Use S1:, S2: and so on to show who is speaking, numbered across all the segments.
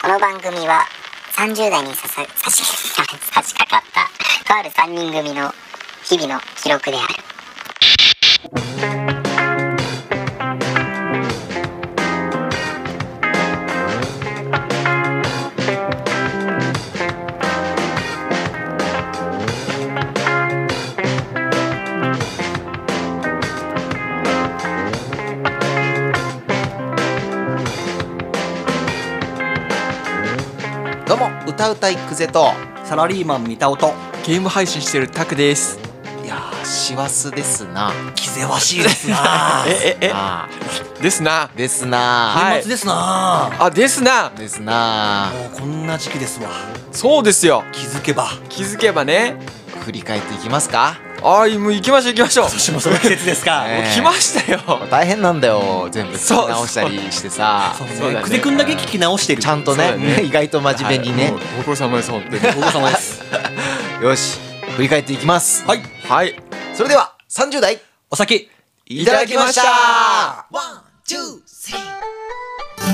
S1: この番組は30代にささ差し差し掛かったとある3人組の日々の記録である
S2: どうも歌うたいくぜと
S3: サラリーマン見た音
S4: ゲーム配信してるタクです。
S2: いやー師走ですな
S3: 気ぜわしいですな
S4: ええ
S2: あ
S4: ですな
S2: ー。ですな
S4: はい
S3: 年末ですな
S4: あですな
S2: ー。ですな
S3: もうこんな時期ですわ
S4: そうですよ。
S3: 気づけば
S4: 気づけばね。
S2: ー振り返っていきますか
S4: ああもう行きましょう行きましょう。
S3: 私もその季節ですか
S2: ね
S4: 来ましたよ。
S2: 大変なんだよ全部
S4: そう
S2: 直したりしてさ
S3: そう
S4: そうだ
S3: ね
S4: ね
S3: 久世くんだけ聞き直してる
S2: ちゃんと
S4: そう
S2: ね
S4: だね
S2: 意外と真面目にね、
S4: はい。もうご苦労様です本当に。
S3: ご苦労様です
S2: よし振り返っていきます
S3: はい
S4: はい。
S2: それでは30代
S3: お先
S2: いただきました
S3: ワンツースリー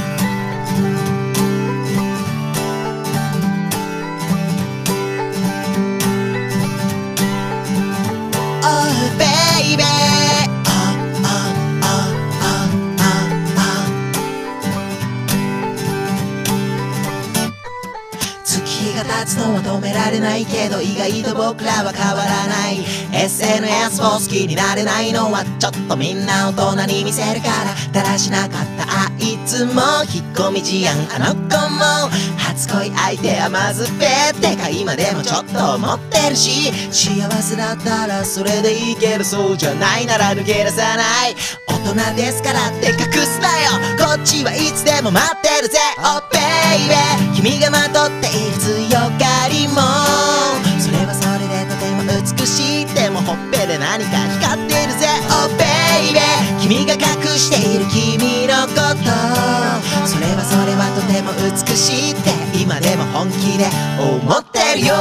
S5: 月が経つのは止められないけど意外と僕らは変わらない SNS も好きになれないのはちょっとみんな大人に見せるからだらしなかったあいつも引っ込み思案あの子も初恋相手はまずべってか今でもちょっと思ってるし幸せだったらそれでいいけどそうじゃないなら抜け出さない大人ですからって隠すなよこっちはいつでも待ってるぜ Oh baby 君がまとっている強がりもそれはそれでとても美しいでもほっぺで何か光っているぜ Oh baby 君が隠している君のことそれはそれはとても美しいって今でも本気で思ってるよ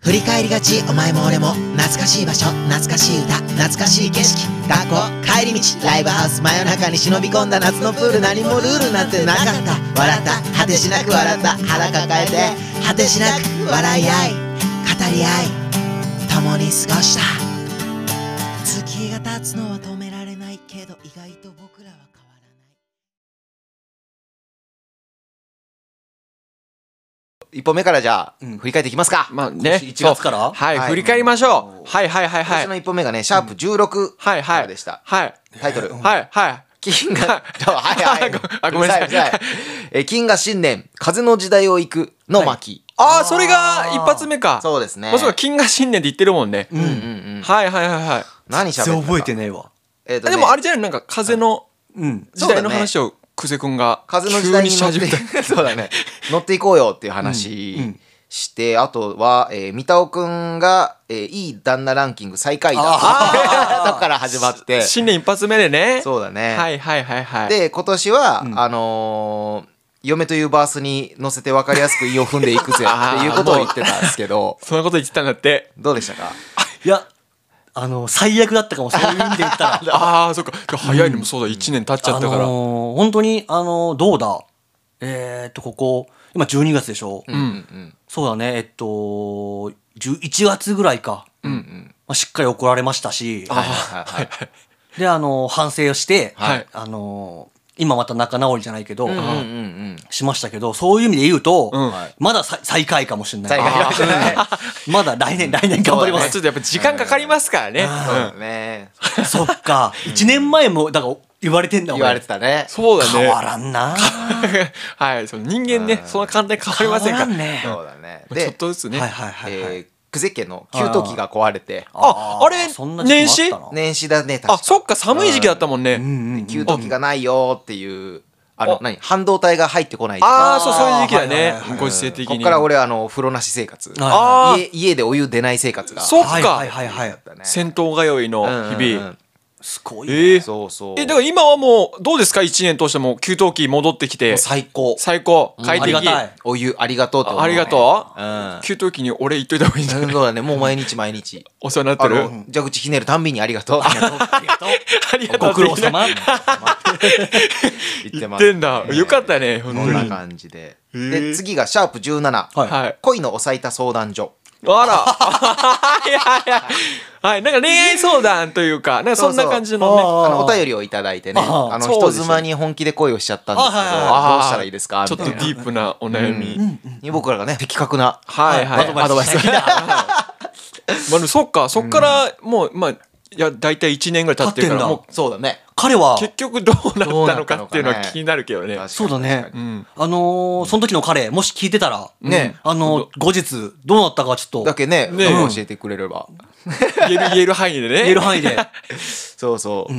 S5: 振り返りがちお前も俺も懐かしい場所懐かしい歌懐かしい景色学校帰り道ライブハウス真夜中に忍び込んだ夏のプール何もルールなんてなかった笑った果てしなく笑った腹抱えて果てしなく笑い合い語り合い共に過ごした月が経つのは止められないけど意外と僕らは変わらない
S2: 一本目からじゃあ、
S3: うん
S2: 振り返っていきますか、
S4: まあね。
S3: 今年1月から
S4: そうはい、
S2: はい
S4: 振り返りましょう。はいはいは
S2: 最
S4: いは
S2: 初の
S4: い。
S2: 一本目がねシャープ16
S4: はいは
S2: か
S4: い。
S2: らでした、
S4: はい
S2: タイトル、
S4: はいはい。
S2: 金が、 はいはいはい。
S4: あごめんなさいう
S2: るうるさえ、金が新年、風の時代を行くの巻。
S4: ああそれが一発目か。
S2: そうですね
S4: まあそうか金河新年で言ってるもんね。
S2: うんうんうん。
S4: はいはいはいはい。
S2: 何喋
S3: 全
S2: った
S3: 然
S2: か
S3: 覚えてねえわ
S2: えっと
S4: あ
S2: ね
S4: でもあれじゃないなんか風の
S3: うん
S4: 時代の話を久世くんが
S2: 風の時
S4: 急
S2: 代
S4: に
S2: に
S4: し
S2: 乗っ
S4: 始めた。
S2: て、 そうだね。乗っていこうよっていう話
S3: うんうん
S2: して、あとは、えー、三田尾くんが、えーいい旦那ランキング最下位だ。
S3: あ
S2: とこから始まって。
S4: 新年一発目でね。
S2: そうだね。
S4: はいはいはいはい。
S2: で今年は、
S3: ん
S2: あのー嫁というバースに乗せて分かりやすく韻を踏んでいくぜっていうことを言ってたんですけ ど
S4: そんなこと言ってたんだって。
S2: どうでしたか
S3: いやあの最悪だったかもそういう意味で言った ら
S4: ああ、そっか。で早いのもそうだ、1年経っちゃったか
S3: あ
S4: ら。
S3: のー本当に、あのーどうだえー、っと、ここ、今12月でしょ、
S4: うん。
S3: そうだね、えっと、11月ぐらいか。まあ、しっかり怒られましたし、
S2: はいはいはい
S3: で、あのー反省をして、
S4: はい
S3: あのー今また仲直りじゃないけど、
S2: うんうんうん
S3: しましたけど、そういう意味で言うと、
S4: うん
S3: まださ最下位かもしれない。
S2: 最下位かもしれない
S3: あーまだ来年、来年頑張りま
S4: まあ
S3: す
S4: ちょ。っとやっぱ時間かかりますからね。
S2: そう
S4: う
S2: だ
S4: ん
S2: ね
S3: そっか、1年前も、だから言われてんだ、
S2: 言われてたね
S4: そうだ
S3: 俺変わ
S4: ね。
S3: らんな。
S4: はい。その人間ね、そんな簡単に変わりません
S3: 変わ
S4: から
S3: ん。ね。
S2: そうだね
S4: ちょっ
S2: で
S4: とずつね。
S3: はいはいはい、はい。
S2: えー久世家の給湯器が壊れて
S4: ああれ
S3: そんな時期もあったの
S2: 年始だね確
S4: あ、
S2: か
S4: そっか、寒い時期だったも
S3: う
S4: んね。
S3: んうんうん
S2: 給湯器がないよっていうあの
S4: あ
S2: 何半導体が入ってこない
S4: ああ、
S2: こ
S4: そう、そういう時期だ
S3: はい
S4: ね
S3: はいはいは。い
S4: ご時世的
S2: こ
S4: に。
S2: っから俺あの風呂なし生活
S4: あ
S2: 家家でお湯出ない生活が
S4: そっ
S3: はい
S4: か
S3: はいはいはい
S2: だね
S4: 戦闘通いの
S2: うんうんうん
S4: 日々。
S3: すごいね、
S4: ええ
S2: そうそう
S4: えだから今はもうどうですか1年通しても給湯器戻ってき
S3: も
S4: て
S3: う最高
S4: 最高
S2: ん
S4: 快適
S3: ありがたい
S2: お湯ありがとうって思
S4: あありがとう、
S2: うん
S4: 給湯器に俺言っといた方がいいんじゃない
S2: そうだねもう毎日毎 日
S4: お世話になって
S2: あ
S4: る
S2: の蛇口ひねるたんびにありがとう
S3: ありがとう
S4: ありがと う
S3: ご苦労様
S2: 言って
S4: 言
S2: ま
S4: っ
S2: す
S4: てんだよかったね
S2: こ
S4: 本
S2: ん
S4: 当
S2: な
S4: に
S2: 感じで
S4: ー
S2: で次がシャープ17
S3: はい
S4: はい
S2: 恋のおさいた相談所
S4: あら はいはいはいはいなんか恋愛相談というかなんかそんな感じの
S3: そ
S4: ね
S3: うそうあー
S2: あのお便りをいただいてね
S3: あー
S2: あの
S4: そう
S2: 人
S4: ですね
S2: 妻に本気で恋をしちゃったんですけどどう
S3: あ
S4: ー
S2: したらいいですか
S4: ちょ
S2: み
S4: っと
S2: た
S4: デ
S2: いな
S4: ィープなお悩み、
S2: に僕らがね的確な
S4: はいはい
S2: アドバイス
S3: したいな
S4: まあ、でもそっかそっからもう、まあいや大体1年ぐらい経ってるから
S3: 経ってんだ
S4: もう
S2: そうだね
S3: 彼 は
S4: 結局どうなったのかっていうの
S2: どうなったのか
S4: は
S2: ね
S4: 気になるけどね
S3: そうだね
S4: うん
S3: あのーその時の彼もし聞いてたら
S2: ね
S3: あのー後日どうなったかちょっ
S2: だ
S3: と
S2: けね
S4: ね
S2: 教えてくれれば
S4: 言える言える範囲でね
S3: 言える範囲で
S2: そうそう。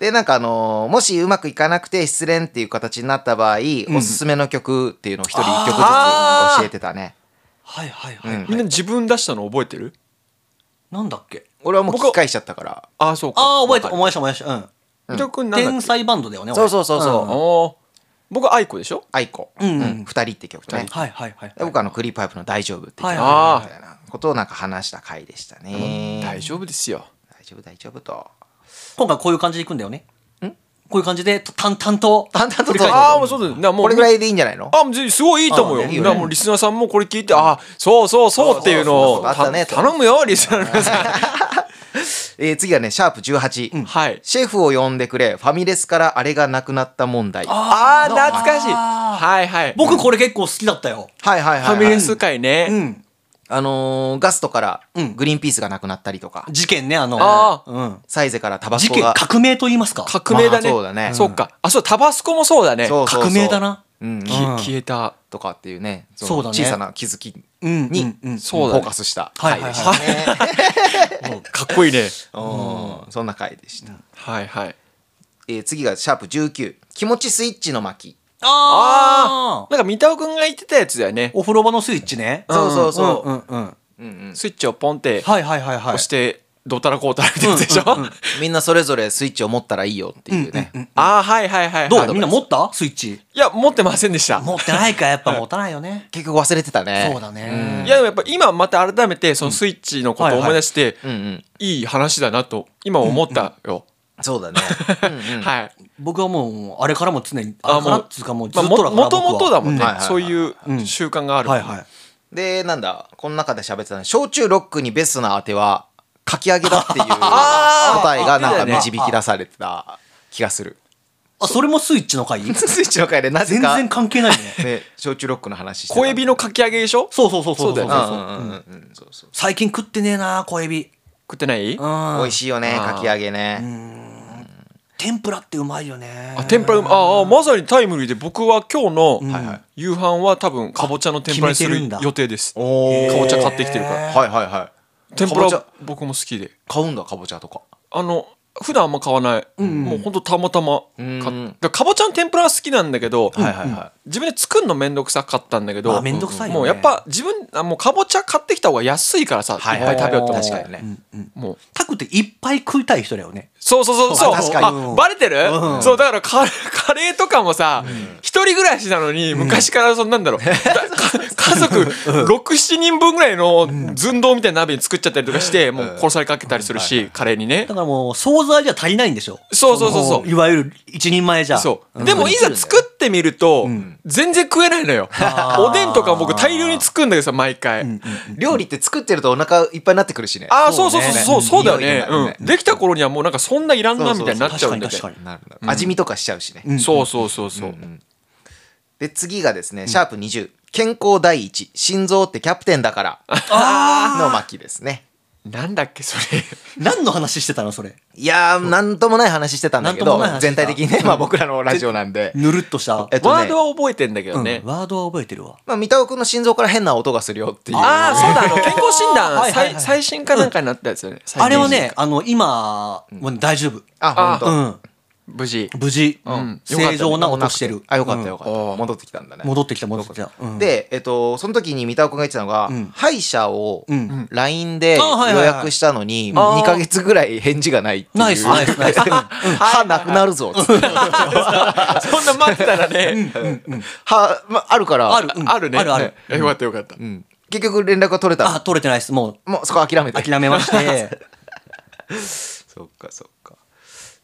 S2: でなんかあのーもしうまくいかなくて失恋っていう形になった場合、おすすめの曲っていうのを一人一曲ずつ教えてたね。
S3: はいはいはい、
S2: うん
S4: みんな自分出したの覚えてる
S3: なんだっけ
S2: 俺はもう聞き返しちゃったから。
S4: ああそうか
S3: ああ覚えた
S4: わか
S3: 思い出した思い出したうん
S4: る伊藤君なんだっ
S3: 天
S4: け
S3: 才バンドだよね
S2: そうそうそう
S4: あ
S2: そう。
S4: ー僕愛子でしょ
S2: 愛子、
S3: う
S2: うんん
S3: うん
S2: 二人って曲
S3: 俺
S2: ね
S3: はい。はいはいはい
S2: で僕はあのクリーパイプの大丈夫って曲
S3: はい
S2: み
S3: はい
S4: はい
S2: たいなことをなんか話した回でしたね。
S4: 大丈夫ですよ
S2: 大丈夫大丈夫と。
S3: 今回こういう感じでいくんだよねこういう感じで淡々と
S2: 淡々と
S3: 振り返っていく
S4: ああもうそうだよなもう
S2: これぐらいでいいんじゃないの？
S4: あもうすごいいいと思う
S2: あ
S4: よ
S2: ーねいいよね
S4: だからもうリスナーさんもこれ聞いてああそうそうそうっていうのを
S2: そうそうそうそうあったね
S4: た頼むよリスナーの皆さん
S2: えー次はねシャープ十八、
S4: はい
S2: シェフを呼んでくれ。ファミレスからあれがなくなった問題。はい
S4: ああ懐かしいはいはい
S3: 僕これ結構好きだったよ
S2: はいはい、
S4: フ
S2: はい。
S4: ァミレス会ね、
S3: うん
S2: あのーガストから
S3: ん
S2: グリーンピースがなくなったりとか、
S3: 事件ねあの
S4: あ
S3: うん
S2: サイゼからタバ
S3: 事
S2: コ
S3: 件
S2: が
S3: 革命と言いますか
S4: 革命だね,、
S2: まあそうだね
S4: そっかあそうタバスコもそうだね
S2: そうそうそう
S3: 革命だな
S2: うん
S4: き
S3: うん
S4: 消えた
S2: とかっていうねの
S3: そうだね
S2: 小さな気づき
S3: うん
S2: に、
S3: うんうん
S2: フ
S4: そうだ
S2: ォ
S4: ね
S2: ーカスした
S3: は
S2: 回
S3: いはい
S2: でし
S3: は
S2: た
S3: い
S2: ね、
S4: かっこいいね
S2: うんそんな回でした、
S4: はいはい
S2: えー次がシャープ19気持ちスイッチの巻
S3: ああ
S4: あなんか三田尾くんが言ってたやつだよね
S3: お風呂場のスイッチね
S2: そうそうそう、
S3: うんうんうん
S2: うんうん
S4: スイッチをポンって
S3: はいはいはいはい
S4: 押してどうたらこうたらみたいなやつでしょ
S3: うんうんうん
S2: みんなそれぞれスイッチを持ったらいいよっていうね、
S4: ああはいはいはいはい
S3: ど
S4: ア
S3: う
S4: ド
S3: みん
S4: バ
S3: な
S4: イス
S3: 持ったスイッチ
S4: いや持ってませんでした
S3: 持ってないかやっぱ持たないよね
S2: 結局忘れてたね
S3: そうだね
S4: いやでもやっぱ今また改めてそのスイッチのことを思い出して
S2: うんうん
S4: いい話だなと今思ったよ
S2: そうだねうんうん
S4: はい
S3: 僕はもうあれからも常にあ
S4: あ
S3: れから
S4: も
S3: っつうかもうず
S4: ま
S3: っ
S4: あ
S3: とだから
S4: ももともとだもん
S2: うんはい
S4: ね
S2: はいはい
S4: そういう習慣があ
S3: 僕
S4: る
S3: ははいはい
S2: でなんだこの中で喋ってたの焼酎ロックにベストな当てはかき揚げだっていう答えがなんか導き出されてた気がする。
S3: あそれもスイッチの 回
S2: スイッチの回でなぜ
S3: 全
S2: か、
S3: 然
S2: ね、
S3: 関係ないね
S2: 焼酎ロックの話してた
S4: 小エビのかき揚げでしょ
S3: そうそうそうそう
S4: そうだよね
S2: うん
S3: そう
S2: う
S3: そうん
S2: うんうんそうそう
S3: 最近食ってねえな小エビ
S4: 食ってない
S3: うん
S2: 美味しいよねかき揚げね。
S3: 天ぷらってうまいよね
S4: あ天ぷらうまああまさにタイムリーで僕は今日
S2: はいは
S4: の
S2: い
S4: 夕飯は多分かぼちゃの天ぷらにす
S3: 決めて
S4: る
S3: るんだ
S4: 予定ですか
S2: お
S4: ぼちゃ買
S2: て
S4: ってきてるから
S2: はいはいはい。
S4: 天ぷ
S2: かぼち
S4: ら
S2: ゃ
S4: 僕も好きで
S2: 買うんだかぼちゃとか。
S4: あの普段あんま買わない、もうほんとたまたま
S2: うん
S4: 買っだかぼちゃの天ぷらは好きなんだけど、
S2: はいはいは
S4: 自分で作るのめんどくさかったんだけど、
S3: まあめんどくさいよね
S4: もうやっぱ自分あもうかぼちゃ買ってきた方が安いからさ、
S2: はいい
S4: っぱい食べようと思って
S2: 確かにね
S4: もう
S3: タクっていっぱい食いたい人だよね
S4: そうそうそうそう
S2: あ確かに
S4: あバレてる、
S3: うん
S4: そうだからカカレーとかもさ一、人暮らしなのに昔からそんなん だろう、だか家族67人分ぐらいの寸胴みたいな鍋作っちゃったりとかしてもう殺されかけたりするし、カレーにね
S3: だからもう惣菜じゃ足りないんでしょ
S4: そうそうそうそう
S3: のいわゆる一人前じゃ
S4: そう、
S3: ん
S4: でもいざ作ってみると、全然食えないのよ
S3: あー
S4: おでんとか僕大量に作るんだけどさ毎回、
S2: い。料理って作ってるとお腹いっぱいになってくるしね。
S4: ああそうそうそうそう
S2: そ
S4: そう
S2: ね
S4: うだよね
S2: うん
S4: うんできた頃にはもうなんかそんないらん
S2: そ
S4: な
S2: うそうそう
S4: みたいになっちゃうんだよね
S3: 確かに確か
S2: なるなる味見とかしちゃうしね。
S4: そうそうそうそう、
S2: で次がですねシャープ20健康第一心臓ってキャプテンだからの巻ですね
S4: なんだっけそれ
S3: に何の話してたのそれ
S2: いやーなんともない話してたんだけ
S3: なんと
S2: ど
S3: もない話して
S2: 全
S3: た
S2: 体的にね、まあ、僕らのラジオなんで、
S3: ぬるっとした
S2: えっとね
S4: ワードは覚えてんだけどね、
S3: うんワードは覚えてるわ
S2: まあ、三田尾君の心臓から変な音がするよっていう
S4: ああそうだあの健康診断
S3: はいはいはい
S4: 最最新かなんかになったやつよね、最近
S3: あれはねあの今もう大丈夫
S2: あ本
S3: う
S2: 当、
S3: ん
S4: 無事
S3: 無事、
S4: うん
S3: 正常な音してる
S2: あよかったよかった、
S4: うん
S2: 戻ってきたんだね
S3: 戻ってきた戻ってきた、うん、
S2: で、えっと、その時に三田尾君が言ってたのが、
S3: うん
S2: 歯医者を
S3: うん
S2: LINE で
S3: あはいはい
S2: 予
S3: はい
S2: 約したのに、
S4: あー
S2: 2ヶ月ぐらい返事がないっていう。
S3: ナイスナイスナイス
S2: 歯なくなるぞっつって。
S4: そんな待ってたらね
S2: 歯、ま、あるから、
S3: あるうん
S4: あるね
S3: あるある
S4: えよかったよかった
S2: うん結局連絡が取れ
S3: あ
S2: た。
S3: 取れてないですも
S2: もうそこ諦め
S3: う
S2: て。
S3: 諦めま して
S2: そっかそっか。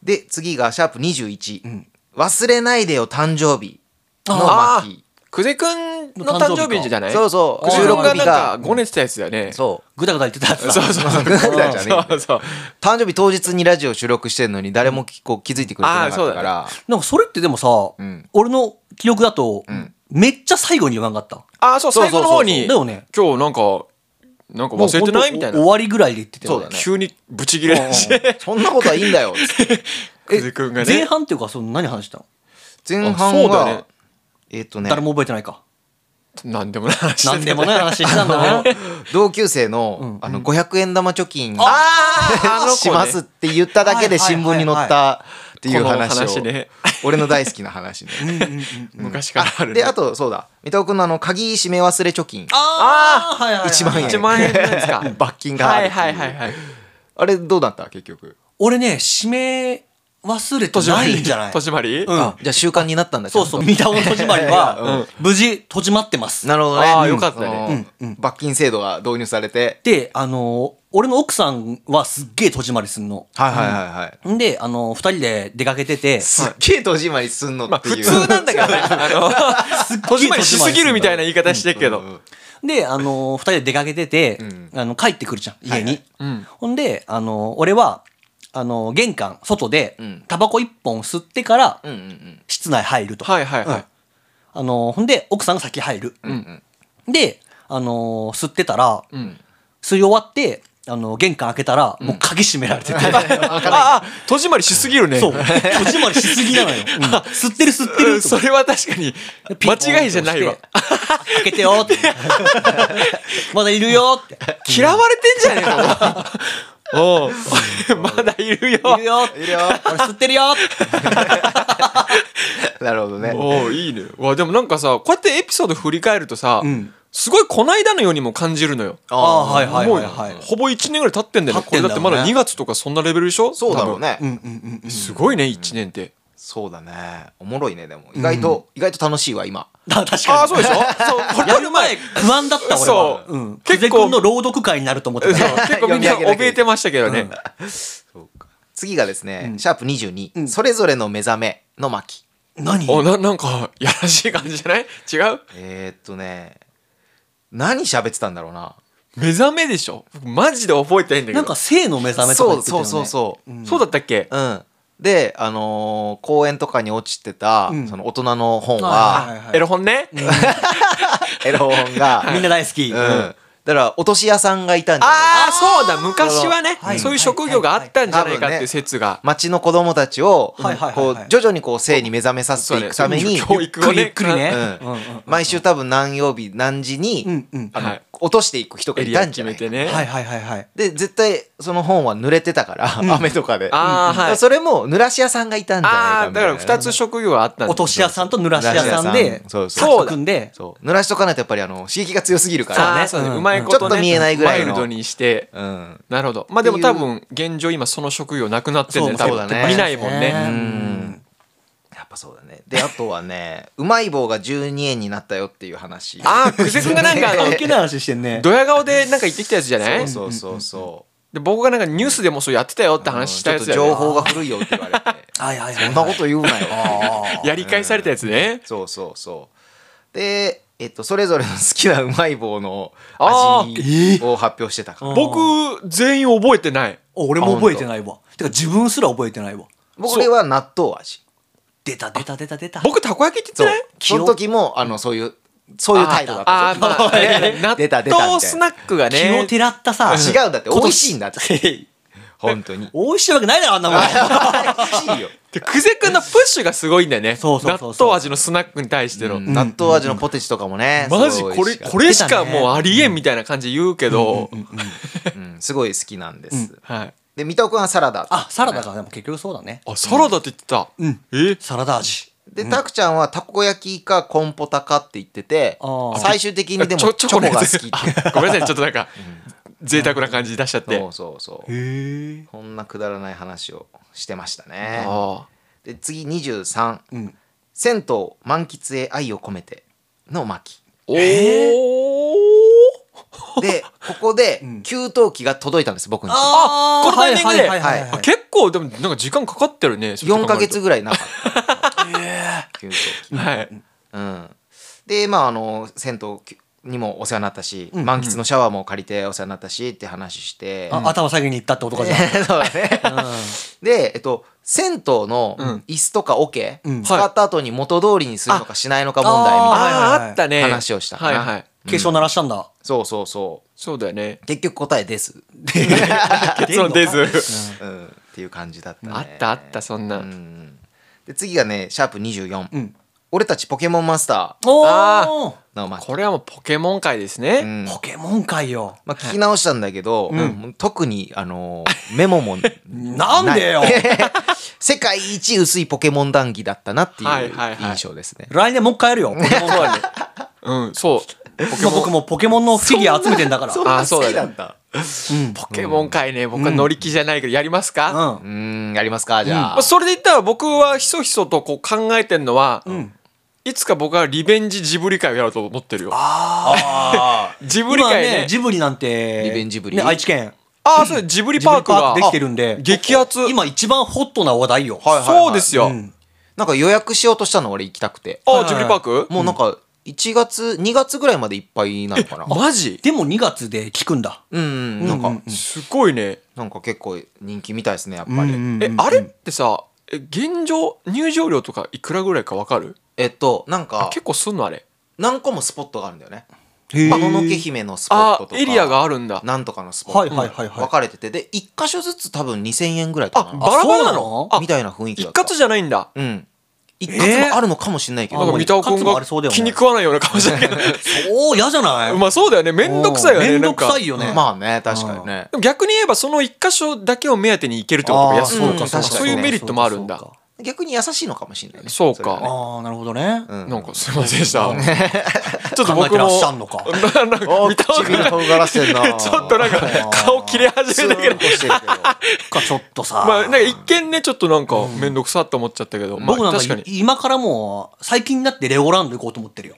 S2: で、次がシャープ21。忘れないでよ、誕生日の
S4: あ
S2: 巻。
S4: 久世くんの誕生日じゃない
S2: そうそう
S4: 久世くんが
S2: 収録日
S4: な
S2: が
S4: んかごねてたやつだよね
S2: そう。
S3: ぐだぐだ言ってたやつだ
S4: そうそうそう
S2: ぐだぐだじゃねえ
S4: そうそう
S2: 誕生日当日にラジオ収録してんのに誰もきこう気づいてくれてなかったから、
S3: なんかそれってでもさ、
S2: ん
S3: 俺の記憶だと、めっちゃ最後に言わんかった
S4: ああそう
S3: そう
S4: 最
S3: そう
S4: 後の
S3: そう
S4: 方に
S3: だよね
S4: 今日なんかなんか忘れてないみたい
S3: もうほんとお終
S4: な
S3: わりぐらいで言ってたよ
S2: そうだね
S4: 急にブチギレだして
S2: そんなことはいいんだよ。
S4: 久世くんが
S3: 前
S4: ね
S3: 半っていうかその何話したの
S2: 前
S4: あ
S2: 半
S4: そうだよね
S2: は、えっとね
S3: 誰、も覚えてないか
S4: なんでもない話
S3: 何でもない話してたんだ ね
S2: 同級生のあの500円玉貯金
S4: あーあの子ね
S2: しますって言っただけで新聞に載ったっていう
S4: はいはいはい
S2: 話
S4: こ
S2: を
S4: の話ね
S2: 俺の大好きな話ね。
S4: 昔からあるね
S2: であとそうだ三田尾君のあの鍵閉め忘れ貯金
S3: ああはいはいはい
S2: 1万円
S4: 1万円なんですか
S2: 罰金があ
S4: は
S2: る
S4: い
S2: っていう
S4: はいはいはい
S2: あれどうだった結局
S3: 俺ね指名忘れてないんじゃない
S4: 戸締まり
S3: うん
S2: あじゃあ習慣になったんだ
S3: そうそう
S2: ち
S3: 三田尾の戸締まり は、無事戸締まってま
S2: ゃんと
S3: す
S2: なるほどね
S4: あーよかったね
S2: その罰金制度が導入されて
S3: であのー俺の奥さんはすっげえ戸締まりすんの
S2: はいはいはいはい
S3: んであのー二人で出かけててす
S2: すっげえ戸締まりすんの
S4: まあ
S2: って
S4: 普
S2: いう
S4: 通なんだけどねあ
S3: っ
S4: の戸締まりしすぎるみたいな言い方してるけど
S3: で、あのー二人で出かけてて、あの、帰ってくるじゃん、家に。ほんで、あのー俺は、あのー玄関、外で
S2: ん、
S3: タバコ一本吸ってから、
S2: うんうんうん
S3: 室内入ると。
S4: はいはいはい
S3: あのーほんで、奥さんが先入る。
S2: ん
S3: で、あのー吸ってたら、
S4: ん
S3: 吸い終わって、あのー玄関開けたら、もう鍵閉められてて。
S4: ああ戸締まりしすぎるね
S3: そう。戸締まりしすぎなのよ。うん吸ってる吸って
S4: う
S3: る
S4: ん
S3: と
S4: そ
S3: か。
S4: れは確かに
S3: ピンポン
S4: 間違いじゃないわ
S3: と押して。開けてよ って。まだいるよって。
S4: 嫌われてんじゃねえ かおうまだいるよ
S3: いるよ
S2: いるよ
S3: 俺吸ってるよ
S2: なるほどね
S4: おういいねわでもなんかさこうやってエピソード振り返るとさ、
S3: ん
S4: すごいこないだのようにも感じるのよ
S3: ああはいはいはいはい
S4: もうほぼ1年ぐらい経ってんだよね
S3: 経っ
S4: こ
S3: てん
S4: れ
S3: だ
S4: だ
S3: ろ
S4: っ
S3: うね
S4: てまだ2月とかそんなレベルでしょ
S2: そうだろうね、
S3: うんうんうんう
S4: 多分
S3: ん
S4: すごいね1年って
S2: そうだねおもろいねでも意外と、意外と楽しいわ今
S3: あ確
S4: あ
S3: か
S4: あそうでしょそ う
S3: にやる前不安だった俺は
S4: そう
S3: うん
S4: 結構
S3: 久世君の朗読会になると思って
S4: そう
S3: た
S4: 結構みんな
S2: 読み上げだけで
S4: 怯えてましたけどね、
S2: 次がですね、シャープ22、それぞれの目覚めの巻
S3: 何
S4: おななんかやらしい感じじゃない違う
S2: えー、っとね何喋ってたんだろうな
S4: 目覚めでしょ僕マジで覚えてないんだけど
S3: なんか性の目覚めとか
S2: そ
S3: 言
S2: う
S3: ってたよ
S2: そうそう
S3: ね
S2: そう、
S4: そうだったっけ、
S2: うんであのー公園とかに落ちてた、
S3: ん
S2: その大人の本
S3: はいはい
S2: は
S3: はい
S4: エロ本ね、
S2: エロ本が、
S3: みんな大好き
S2: うんだから落とし屋さんがいたんじゃない
S4: ああそうだ昔はね、
S3: はい
S4: そういう職業があったんじゃないかっていう説が、
S2: 町の子供たちを、
S3: はいはいはい
S2: こ
S3: はいう
S2: 徐々にこう性に目覚めさせていくために、
S4: そうねそういう教育をね
S3: ゆっくりね
S2: うん毎週多分何曜日何時に、
S3: うんうん
S2: あの
S4: はい
S2: 落としていく人が
S4: エ
S2: い
S4: リ
S2: た
S4: ア
S2: んじ
S4: 決
S2: ゃな
S4: め
S2: い
S4: て
S2: か
S4: ね、
S3: はいはいはいはい
S2: で絶対その本は濡れてたから、雨とかで、
S4: あーはい
S2: それも濡らし屋さんがいたんじゃ
S4: あ
S2: な
S4: あ
S2: いかみ
S4: だ
S2: た
S4: か
S2: い
S4: ら
S2: な
S4: 2つ職業があったんだ
S3: 落とし屋さんと濡らし屋さんで
S2: そうそう
S3: タッグ組んで
S2: そう濡らしとかないとやっぱりあの刺激が強すぎるか
S4: あ
S2: ら
S4: あそうね、
S3: うん
S4: うまいこと、ね、
S2: ちょっと見えないぐらいの
S4: マイルドにして、
S2: うん
S4: なるほどまあでも多分現状今その職業なくなってんだよ
S2: そう
S4: 多
S2: そう
S4: 分
S2: だね
S4: 見ないもん
S2: う
S4: ね
S2: んやっぱそうだねであとはね うまい棒が12円になったよっていう話
S4: ああ久世君がな んかあ
S3: 関
S4: の
S3: 係ない話してんね
S4: ドヤ顔でなんか言ってきたやつじゃない
S2: そうそうそうそう
S4: で僕がなんかニュースでもそうやってたよって
S2: あの
S4: 話したやつ
S2: ちょ
S4: だ
S2: っ
S4: よ
S2: と
S4: ね
S2: 情報が古いよって言われて
S3: はいはいはい
S2: そんなこと言うなよ
S4: やり返されたやつね
S2: そうそうそうで、えっと、それぞれの好きなうまい棒の
S4: あ
S2: 味を発表してたから
S3: ー
S4: 僕全員覚えてない
S3: 俺も覚えてないわてか自分すら覚えてないわ
S2: 僕俺は納豆味
S3: 出た出た出た出た
S4: 僕たこ焼きって
S2: そ
S4: 言
S2: う
S4: ってない
S2: その時もあのそういうそういう態度だった
S4: あーまあね 納
S2: 出た出たみたいな
S4: 豆スナックが
S3: 気を
S4: ね
S3: てらったさ
S2: 違うんだって
S3: こ
S2: 落としいんだって 本当に
S3: 美味しいわけないだろあんなもん
S2: おいしいよ
S4: で久世君のプッシュがすごいんだよね
S3: そうそう
S4: 納
S3: そうそう
S4: 豆味のスナックに対しての
S2: 納豆味のポテチとかもね
S4: マジ
S2: すごい美
S4: こ
S2: 味
S4: れ
S2: しかった
S4: これしかもうありえんみたいな感じで言うけど
S2: うんすごい好きなんです
S4: はい
S2: で水戸君はサラダ
S3: あサラダがでも結局そうだね
S4: あサラダって言ってた、
S3: うん
S4: え
S3: サラダ味
S2: でたくちゃんはたこ焼きかコンポタかって言ってて
S3: あー
S2: 最終的にでも
S4: ちょ
S2: チョコが好きって
S4: チョコのやつあごめんなさいちょっとなんか贅沢な感じ出しちゃって、
S2: そうそうそう
S3: へえ
S2: こんなくだらない話をしてましたね
S4: あ
S2: で次23
S3: うん
S2: 銭湯満喫へ愛を込めての 巻
S4: おお、
S2: でここで
S3: うん
S2: 給湯器が届いたんです僕に
S3: あ
S4: このタイミングで
S3: はいはいはい
S4: あ結構でもなんか時間かかってるね
S2: 4か月
S4: ぐ
S2: ぐらいなか った給湯器
S4: らい、はい、
S2: うんでまああの銭湯にもお世話になったし、
S3: うん
S2: 満喫のシャワーも借りてお世話になったしって話して、
S3: あ頭下げに行ったってことかじゃ
S2: そうだね、で、えっと、銭湯の
S4: うん
S2: 椅子とか桶、
S3: うん
S2: 使った後に元通りにするのかしないのか問題み
S3: あ
S2: たい
S3: ー
S2: な
S4: あああったね
S2: 話をしたな
S4: はいはい
S3: 警鐘鳴らしたんだ
S2: そうそうそ
S4: そうだよね
S2: う結局答えです、
S4: 結論出ず
S2: うん、っていう感じだったね
S4: あったあったそんな、
S2: うんで次がねシャープ24、
S3: うん
S2: 俺たちポケモンマスター
S3: お
S4: あ
S3: お
S2: のまあ
S4: これはもうポケモン界です
S2: う
S4: ね、
S2: ん
S3: ポケモン界よ
S2: まあ、聞き直したんだけど、うん特に、あのーメ モも
S3: なんでよ
S2: 世界一薄いポケモン談義だったなってい
S4: はいうはいはい
S2: 印象ですね。
S3: 来年もう一回や るよポケモン界
S4: うんそう
S3: もう僕もポケモンのフィギュア集めてんだから
S4: んなあそうだ
S2: 好
S4: ね
S2: きだっ
S4: ポケモン界ね僕は乗り気じゃないけどやりますか、
S3: うん
S2: たうーんやりますかじゃあ、
S4: まあそれで言ったら僕はひそひそとこう考えてんのは、いつか僕はリベンジジブリ会をやろうと思ってるよ。 ジブリ
S3: 今
S4: 会ね
S3: ねジブリなんて
S2: リベンジブリ
S3: ね愛知県
S4: ああそうジブリパー
S3: ジ
S4: ク
S3: ブリパー
S4: が
S3: クできてるんで
S4: あ激アツ
S3: 今一番ホットな話題よ
S2: はいはい
S4: そうですよ、
S3: うん
S2: なんか予約しようとしたの俺行きたくて、
S4: あ
S3: はい
S4: あジブリパーク、
S2: もうなんか1月2月ぐらいまでいっぱいなのかな
S4: マジ
S3: でも2月で聞くんだ
S2: うんうんなんか、
S3: うんうん
S4: すごいね
S2: なんか結構人気みたいですねやっぱり、
S3: うん
S4: え、あれってさえ現状入場料とかいくらぐらいかわかる
S2: えっとなんか
S4: 結構すんのあれ
S2: 何個もスポットがあるんだよね
S3: へー
S2: もののけ姫のスポッ
S4: あ
S2: トと
S4: ー
S2: か
S4: エリアがあるんだ
S2: なんとかのスポット
S3: はいはいはいはい
S2: 分かれててで1箇所ずつ多分2000円ぐらいか
S4: あ
S2: な
S4: バラバラな
S3: そうな
S4: の
S3: の
S4: あ
S2: みたいな雰囲気
S4: 一
S2: だった
S4: 括じゃないんだ
S2: うん一括もあるのかもしれないけ
S3: あ
S4: な
S2: ど、
S4: んか三田尾君
S3: 一括もありそうだ
S4: が
S3: よね
S4: 気に食わないような顔してるけど
S3: おお嫌じゃ ない
S4: まあそうだよねめんどくさいよね
S3: めん
S4: な
S3: ど
S4: ん
S3: く
S4: か
S3: さいよね
S2: まあね確かにね
S4: でも逆に言えばその一箇所だけを目当てに行けるってことか
S3: あー
S4: 安い
S2: そうか
S4: うん
S2: そうか
S4: そういうメリットもあるんだ
S3: そうか
S2: 逆に優しいのかもしれないね
S4: そうか
S2: れはね
S3: ああなるほどね
S2: うん
S4: なんかすいませんでした ちょっと
S3: 考え
S4: 僕
S3: てら
S4: も
S3: っしゃんのか
S4: ななんか
S2: お
S4: 見た方
S2: 唇
S4: が
S2: 尖らしてんな
S4: ちょっとなんか顔切れ始めたけど
S2: スーンとしてるけど
S3: かちょっとさ
S4: まあなんか一見ねちょっとなんか面倒くさって思っちゃったけど、まあ
S3: 僕なん
S4: 確か
S3: か
S4: に
S3: 今からもう最近になってレゴランド行こうと思ってるよ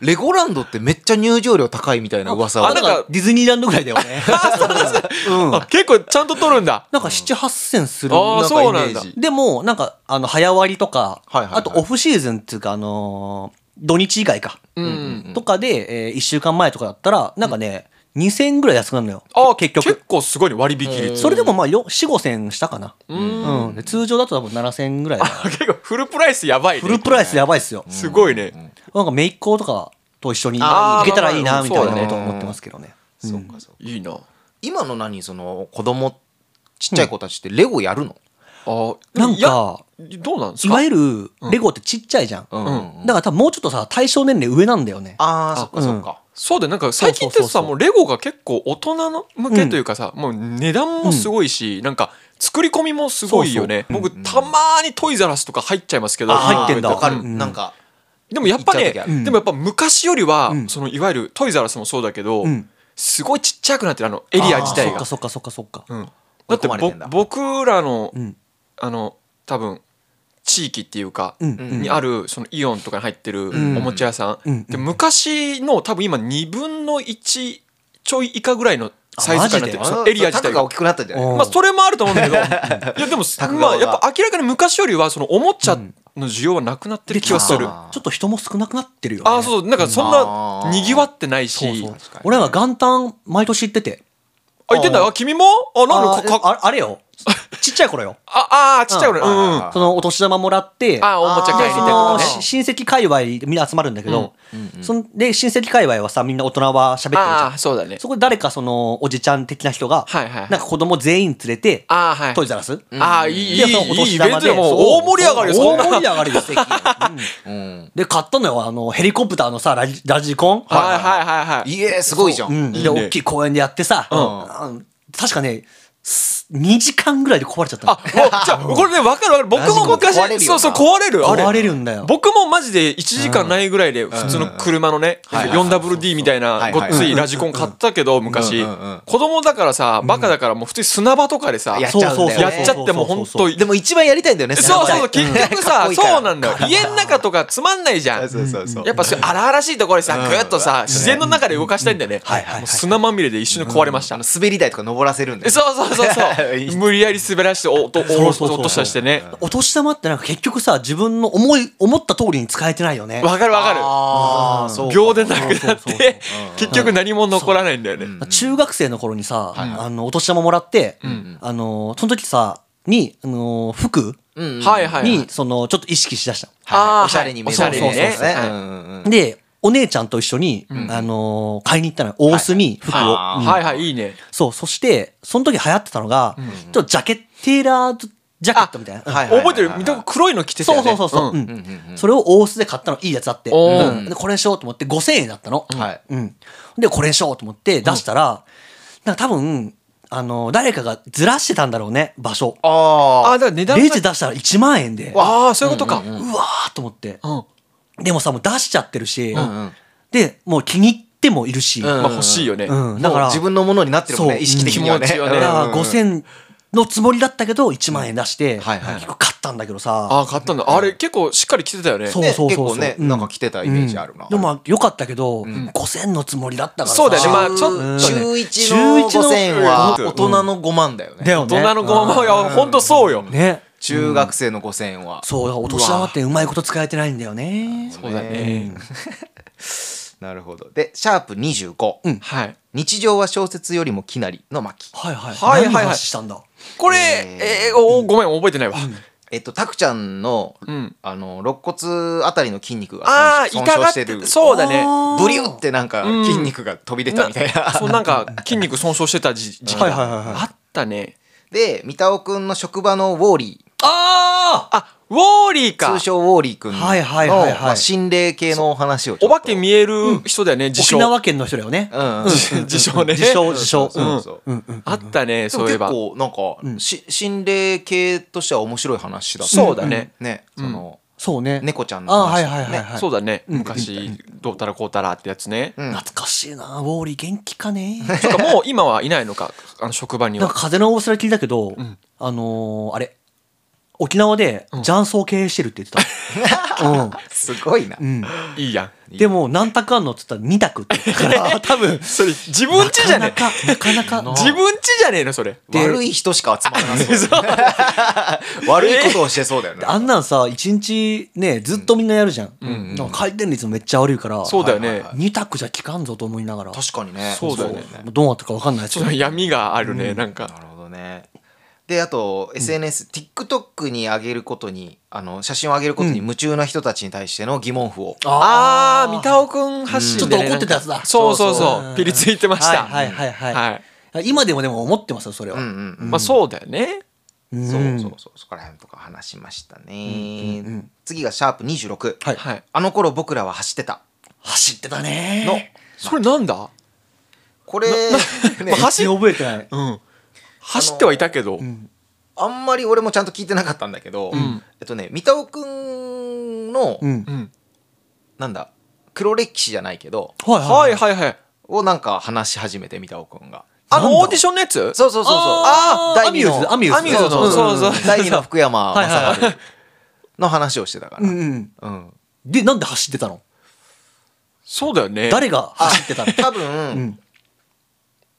S2: レゴランドってめっちゃ入場料高いみたいな噂を
S4: あ
S3: あ
S4: な
S3: なんん
S4: か
S3: かディズニーランドぐらいだよ ねうん
S4: あ結構ちゃんと取るんだ
S3: なんか78000する
S4: ああ
S2: なんか
S4: そうなん
S2: イメ
S4: だ
S2: ージ
S3: でも、なんか、あの、早割りとか、
S2: はいはいはい
S3: あとオフシーズンっていうか、あのー土日以外か、
S4: うん、
S3: とかで、え1週間前とかだったら、なんかね、2000円ぐらい安くなるのよ。
S4: あ
S3: 結
S4: 結
S3: 局。
S4: 局結構すごいね割引率
S3: それでもまあ、よ4、5000円したかな。
S4: うん
S3: うん。で通常だと多分7000円ぐらいだな。
S4: 結構フルプライスやばいね
S3: フルプライスやばいっすよ。
S4: すごいね、
S3: なんか、姪っ子とかと一緒に
S4: あー
S3: 行けたらいい
S4: ま
S3: な、
S4: あまあ
S3: みたいな
S4: そう
S3: こ
S4: だね
S3: とを思ってますけどね。
S2: そうかそうか
S4: いいな
S2: 今の何その子供ちっちゃい子たちってレゴやるの
S4: あ
S3: なんか
S4: いやどうなんです
S3: い
S4: か
S3: わゆる、レゴってちっちゃいじゃん。
S2: うん
S3: だから多分もうちょっとさ、対象年齢上なんだよね。
S2: ああそっかそっか
S4: そうでなんか最近って
S3: そうそうそうそ
S4: さ
S3: う
S4: もうレゴが結構大人の向けというかさ、もう値段もすごいし、なんか作り込みもすごいよね僕たまーにトイザラスとか入っちゃいますけど
S3: あ入ってんだ
S4: う
S2: わか
S3: う
S2: る
S3: ん
S2: なんか
S4: でもやっぱ
S2: 行っ
S4: ね
S2: ちゃう時あ
S3: る
S4: でもやっぱ昔よりは、
S3: ん
S4: そのいわゆるトイザラスもそうだけど、
S3: ん
S4: すごいちっちゃくなってるあのエリア自体
S3: あー
S4: が
S3: そっかそっかそっかそっか。
S4: うん
S2: 追
S4: だ
S2: い
S4: って
S2: 込まれて
S4: ぼ
S2: んだ
S4: 僕らの、
S3: ん
S4: あの多分地域っていうか、
S3: うん
S2: うん
S4: にあるそのイオンとかに入ってるお
S3: ん
S4: もちゃ屋さん、
S3: うん
S4: で昔の多分今2分の1ちょい以下ぐらいのサイズ感になってる
S3: あ
S4: そのエリア自
S2: タ
S4: 体
S2: クが
S4: が
S2: 大。きくなったんじゃない
S3: お
S4: まあそれもあると思うんだけどいやでも
S2: 宅側
S4: まあ
S2: が
S4: やっぱ明らかに昔よりはそのおもちゃの需要はなくなってる気はする。
S3: で
S4: あ
S3: まあちょっと人も少なくなってるよね、
S4: あーそうなんかそん
S2: あ
S4: な
S2: ー
S4: にぎわってないし
S3: そうそう
S2: 確かに
S3: 俺は元旦毎年行ってて
S4: あ言ってんだあ君もあな
S3: あ
S4: んでかか
S3: ああれよ ちっちゃい頃よ
S4: ああーちっちゃい頃ね
S2: う
S4: うんんうん
S2: あ
S4: あ
S3: そのお年玉もらって
S4: ーおもちゃ買い
S3: でそ
S4: に行った
S3: の
S4: りと
S3: し
S4: かね
S3: 親戚界隈でみんな集まるんだけど、そんで親戚界隈はさみんな大人は喋ってるじ
S4: あ
S3: ゃ
S4: あそうだね
S3: んそこで誰かそのおじちゃん的な人が、
S4: はいはいはい
S3: なんか子供全員連れて
S4: ああはい
S3: トイザラス
S4: ああいいいいい
S3: でそのお
S4: い
S3: 年
S4: イベ
S3: 玉
S4: ント
S3: で
S4: でもう
S3: そう
S4: 大盛り上がるよそん
S3: 大
S4: な
S3: 盛り上がるよ席
S2: うん
S3: で買ったのよあのヘリコプターのさラジラジコン、
S4: はいはいはいはい
S2: いえすごいじゃん
S3: で、大きい公園でやってさ、う
S4: ん
S3: ん確かね、 2時間ぐらいで壊れちゃったの
S4: あ、もう、じゃあ、これね、わかるわかる。僕も昔
S2: ラジコン壊れるよ、な
S4: そうそう、壊れる、あれ。
S3: 壊れるんだよ
S4: 僕もマジで1時間ないぐらいで、普通の車のね、
S2: はいはい
S4: 4WD みたいな、
S2: い
S4: ご
S2: はい
S4: っついラジコン買ったけど、昔。子供だからさ、バカだから、もう普通に砂場とかでさ、や
S2: や
S4: っ
S2: っちゃうんだよね
S4: ちゃってもう本当
S2: でも一番やりたいんだよね
S4: そうそう
S2: そ
S4: そうう、結局 さ、そうなんだよ。家の中とかつまんないじゃん。
S2: そうそうそう
S4: やっぱそういう荒々しいところでさ、ぐっとさ、自然の中で動かしたいんだよね。もう砂まみれで一瞬で壊れました
S2: あの。滑り台とか登らせるんだよ
S4: そうそうそうそ
S2: いいう
S4: 無理やり滑らしておとおろす落としたりしてね
S3: お年玉ってなんか結局さ自分の思い思った通りに使えてないよね
S4: わかるわかる
S2: ああそう
S4: 秒でなく
S3: そ
S4: なっ
S3: うそうそう
S4: て結局何も残らないんだよね
S3: 中学生の頃にさ、あのお年玉もらって、あのその時さに、あの服
S2: うん
S4: はいはいはい
S3: にそのちょっと意識しだしたの、
S4: あー
S2: おしゃれに目
S4: お
S2: 指
S4: しゃれにね
S3: そうそう
S2: ね
S4: はい
S2: うんうんうん
S3: でお姉ちゃんと一緒に、あの買いに行ったのよ大須に服を、
S2: は
S4: はいはいいいね
S3: そうそしてその時流行ってたのが、ちょっとジャケットテーラージャケットみたいな、
S2: はいはい
S4: 覚えてる見た目黒いの着て
S3: そ
S4: たよ
S3: うそ
S4: ね
S3: うそうそう、うん
S4: ん
S3: それを大須で買ったのいいやつあって、
S4: おー
S3: うんでこれにしようと思って5000円だったの、
S2: はい
S3: うん、でこれにしようと思って出したら、なんか多分あの誰かがずらしてたんだろうね場所
S4: あ
S2: あ
S4: だから値段
S3: レジ出したら1万円でうわ
S4: ああそういうことか
S3: ーっと思って
S4: うん
S3: でもさもう出しちゃってるし、
S2: ん
S3: でもう気に入ってもいるし、
S2: うん
S4: まあ欲しいよね
S3: うん
S2: あ
S3: だから
S2: 自分のものになってるもんね
S3: そう
S2: 意識的にはね
S4: 気持ちは
S3: だ
S4: ね
S3: から5000のつもりだったけど1万円出して、
S2: はいはい
S3: 結構買ったんだけどさ
S4: ああ買ったんだあれ結構しっかり着てたよね
S3: そう
S2: ね
S3: そうそうそう
S2: 結構ね
S3: うん
S2: なんか着てたイメージあるな
S3: うんでもまあ良かったけど、5000のつもりだったからさ
S4: そうだよねまあちょっと
S3: うん
S2: 中1の5000は大人の5万だよ
S3: だ
S2: ね
S3: よ
S4: 大
S3: ね
S4: 人のごままいや本当そうよ
S3: ね
S2: 中学生の5000は
S3: そうだからお年玉ってうまいこと使えてないんだよね
S2: そうだねなるほどでシャープ25
S3: うん
S4: はい
S2: 日常は小説よりもきなりの巻
S3: はいはい
S4: はいは
S3: 何
S4: いはい
S3: の話したんだ
S4: これ
S2: え
S4: えーおごめん覚えてないわ
S2: えっとタクちゃんの
S4: うん
S2: あの肋骨あたりの筋肉
S4: ああ
S2: が損傷損
S4: 痛が
S2: 傷
S4: っ
S2: して
S4: て
S2: る
S4: そうだね
S3: あー
S2: ブリュってなんか
S4: うん
S2: 筋肉が飛び出たみたいな
S4: そうなんか筋肉損傷してた時時期
S3: はいはいはいはい
S4: があったね
S2: で三田尾くんの職場のウォーリ
S3: あ
S4: あウォーリー
S2: ー
S4: か
S2: 通称ウォーリーくんの
S3: はいはいはいはい
S2: まあ心霊系のお話をちょっ
S4: お
S2: と
S4: 化け見える人だよね自
S3: 沖
S4: 称
S3: 縄県の人だよね
S2: うんうん
S4: 自自称ね
S3: 自称自
S2: そ
S3: 称
S2: うそうそう
S3: うんうん
S4: あったね
S2: でも
S4: そういえば
S2: 結構なんか、し心霊系としては面白い話だった
S4: そうだね
S2: ね、その
S3: そうね
S2: 猫ちゃんの
S3: あ
S2: 話
S3: はいはいはいはい
S4: そうだね昔どうたらこうたらってやつね
S2: ん
S3: 懐かしいなウォーリー元気かね
S4: そっかもう今はいないのかあの職場に
S3: なん
S4: は
S3: か風の大空聞いたけどあのーあれ沖縄で雀荘経営してるって言って たうん
S2: すごいな、
S3: うん
S4: いいやん
S3: でも何択あんのっつったら2択って言ってた から多分
S4: それ自分家じゃ
S3: な
S4: ね
S3: かなかなかなか
S4: え自分家じゃねえのそれ
S2: 悪い人しか集まらない 悪いことをしてそうだよね、
S3: あんなんさ一日ねずっとみんなやるじゃん,、なんか回転率もめっちゃ悪いから
S4: そうだよね
S3: 2択じゃ効かんぞと思いながら
S2: 確かにね
S4: そうだよね
S3: もうどうなったか分かんないです
S4: ちょ
S3: け
S4: っ
S3: ど
S4: と闇があるねな
S2: な
S4: んか
S2: るほどねであと SNSTikTok に上げることにあの写真を上げることに夢中な人たちに対しての疑問符を、
S4: あー三田尾くん発信でね
S3: ちょっと怒ってたやつだ
S4: そうそう
S3: そうそ
S4: そううピリついてました
S3: はいはいはいはい
S4: はい
S3: 今でもでも思ってますよそれは、
S2: うんうん
S4: まあそうだよね
S3: うん
S2: そうそうそうそこら辺とか話しましたね、次がシャープ26、
S3: はい
S4: はい
S2: あの頃僕らは走ってた
S3: 走ってたね
S2: の
S4: それなんだ
S2: これ、ね
S3: まあ走り覚えてない
S4: うん走ってはいたけど
S2: あんまり俺もちゃんと聞いてなかったんだけど、えっとね三田尾くんの、
S3: うん
S4: うん
S2: なんだ黒歴史じゃないけど
S3: はい
S4: は
S3: はいいはい
S4: はいはい
S2: をなんか話し始めて三田尾くんが。
S4: あ
S3: なん
S4: の
S3: だ
S4: オーディションのやつ
S2: そうそうそうそう
S3: あー
S2: 第二の
S3: アミューズアミューズの
S2: そうそう
S4: そうそう
S2: うん
S4: そう
S2: 第二の福山
S3: はいはいは
S2: 雅
S3: い
S2: 治の話をしてたから、
S3: うんうん
S2: うん
S3: でなんで走ってたの
S4: そうだよね
S3: 誰が走ってたの
S2: 多分、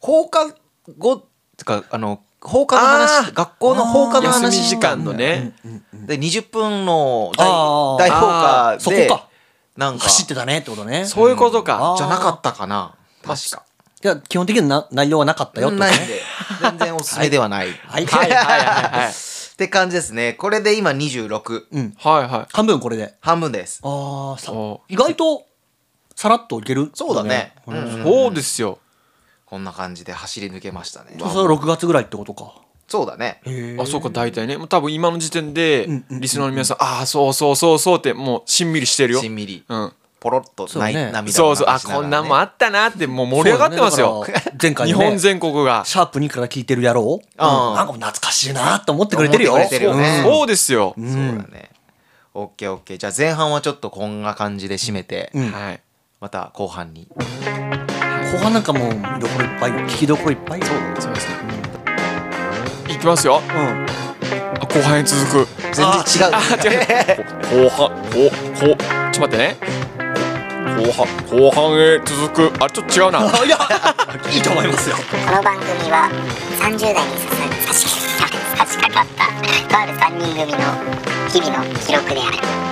S2: 放課後てかあの放課の
S4: あ
S2: 話
S4: ー
S2: 学校の放課の
S4: 休み
S2: 話
S4: 時間のね
S2: で20分の大
S3: あー
S2: 大放課
S3: ーそ
S2: で
S3: こか
S2: なんか
S3: 走ってたねってことね
S4: そういうことか
S2: じゃなかったかな確か。
S3: じゃあ基本的にな内容はなかったよってこと
S2: ないん
S3: ね
S2: で全然おすすめではない。
S3: はい
S4: はいはいはいはい
S2: って感じですね。これで今26、
S3: うん
S4: はいはい。
S3: 半分これで
S2: 半分です。
S3: ああさ
S4: お
S3: 意外とさらっといける
S2: そうだね。
S3: こ
S2: う
S3: れね
S2: ん
S4: そうですよ。
S2: こんな感じで走り抜けましたね。
S3: それは6月ぐらいってことか
S2: そうだね。
S3: へえ
S4: あそうか大体ねもう多分今の時点で
S3: んうんうん
S4: リスナーの皆さんああそうそうそうそうってもうしんみりしてるよ。
S2: しんみり。
S4: うん。
S2: ポロッとない、
S3: そうね
S2: 涙を流しながら、ね、
S4: そうそうあこんなんもあったなってもう盛り上がってますよ
S3: そう だねだから前回ね
S4: 日本全国が
S3: シャープ2から聞いてる野郎、うん、
S2: ああ
S3: なんか懐かしいなと思ってくれてるよ。
S2: 思ってくれてるよね
S3: そう
S4: そうですよ
S2: そうだねオッケーオッケーじゃあ前半はちょっとこんな感じで締めて、
S3: うん
S4: はい
S2: また後半に
S3: 後半なんかもう見どころいっぱいよ聞きどころいっぱいそう
S4: そうですねいきますよ
S3: うん
S4: あ後半へ続く
S2: 全然違う
S4: あ違う後半後後ちょっと待ってね後半後半へ続くあちょっと違うな
S3: あいやいいと思いますよ
S1: この番組は30代にささ差し掛かったとある3人組の日々の記録である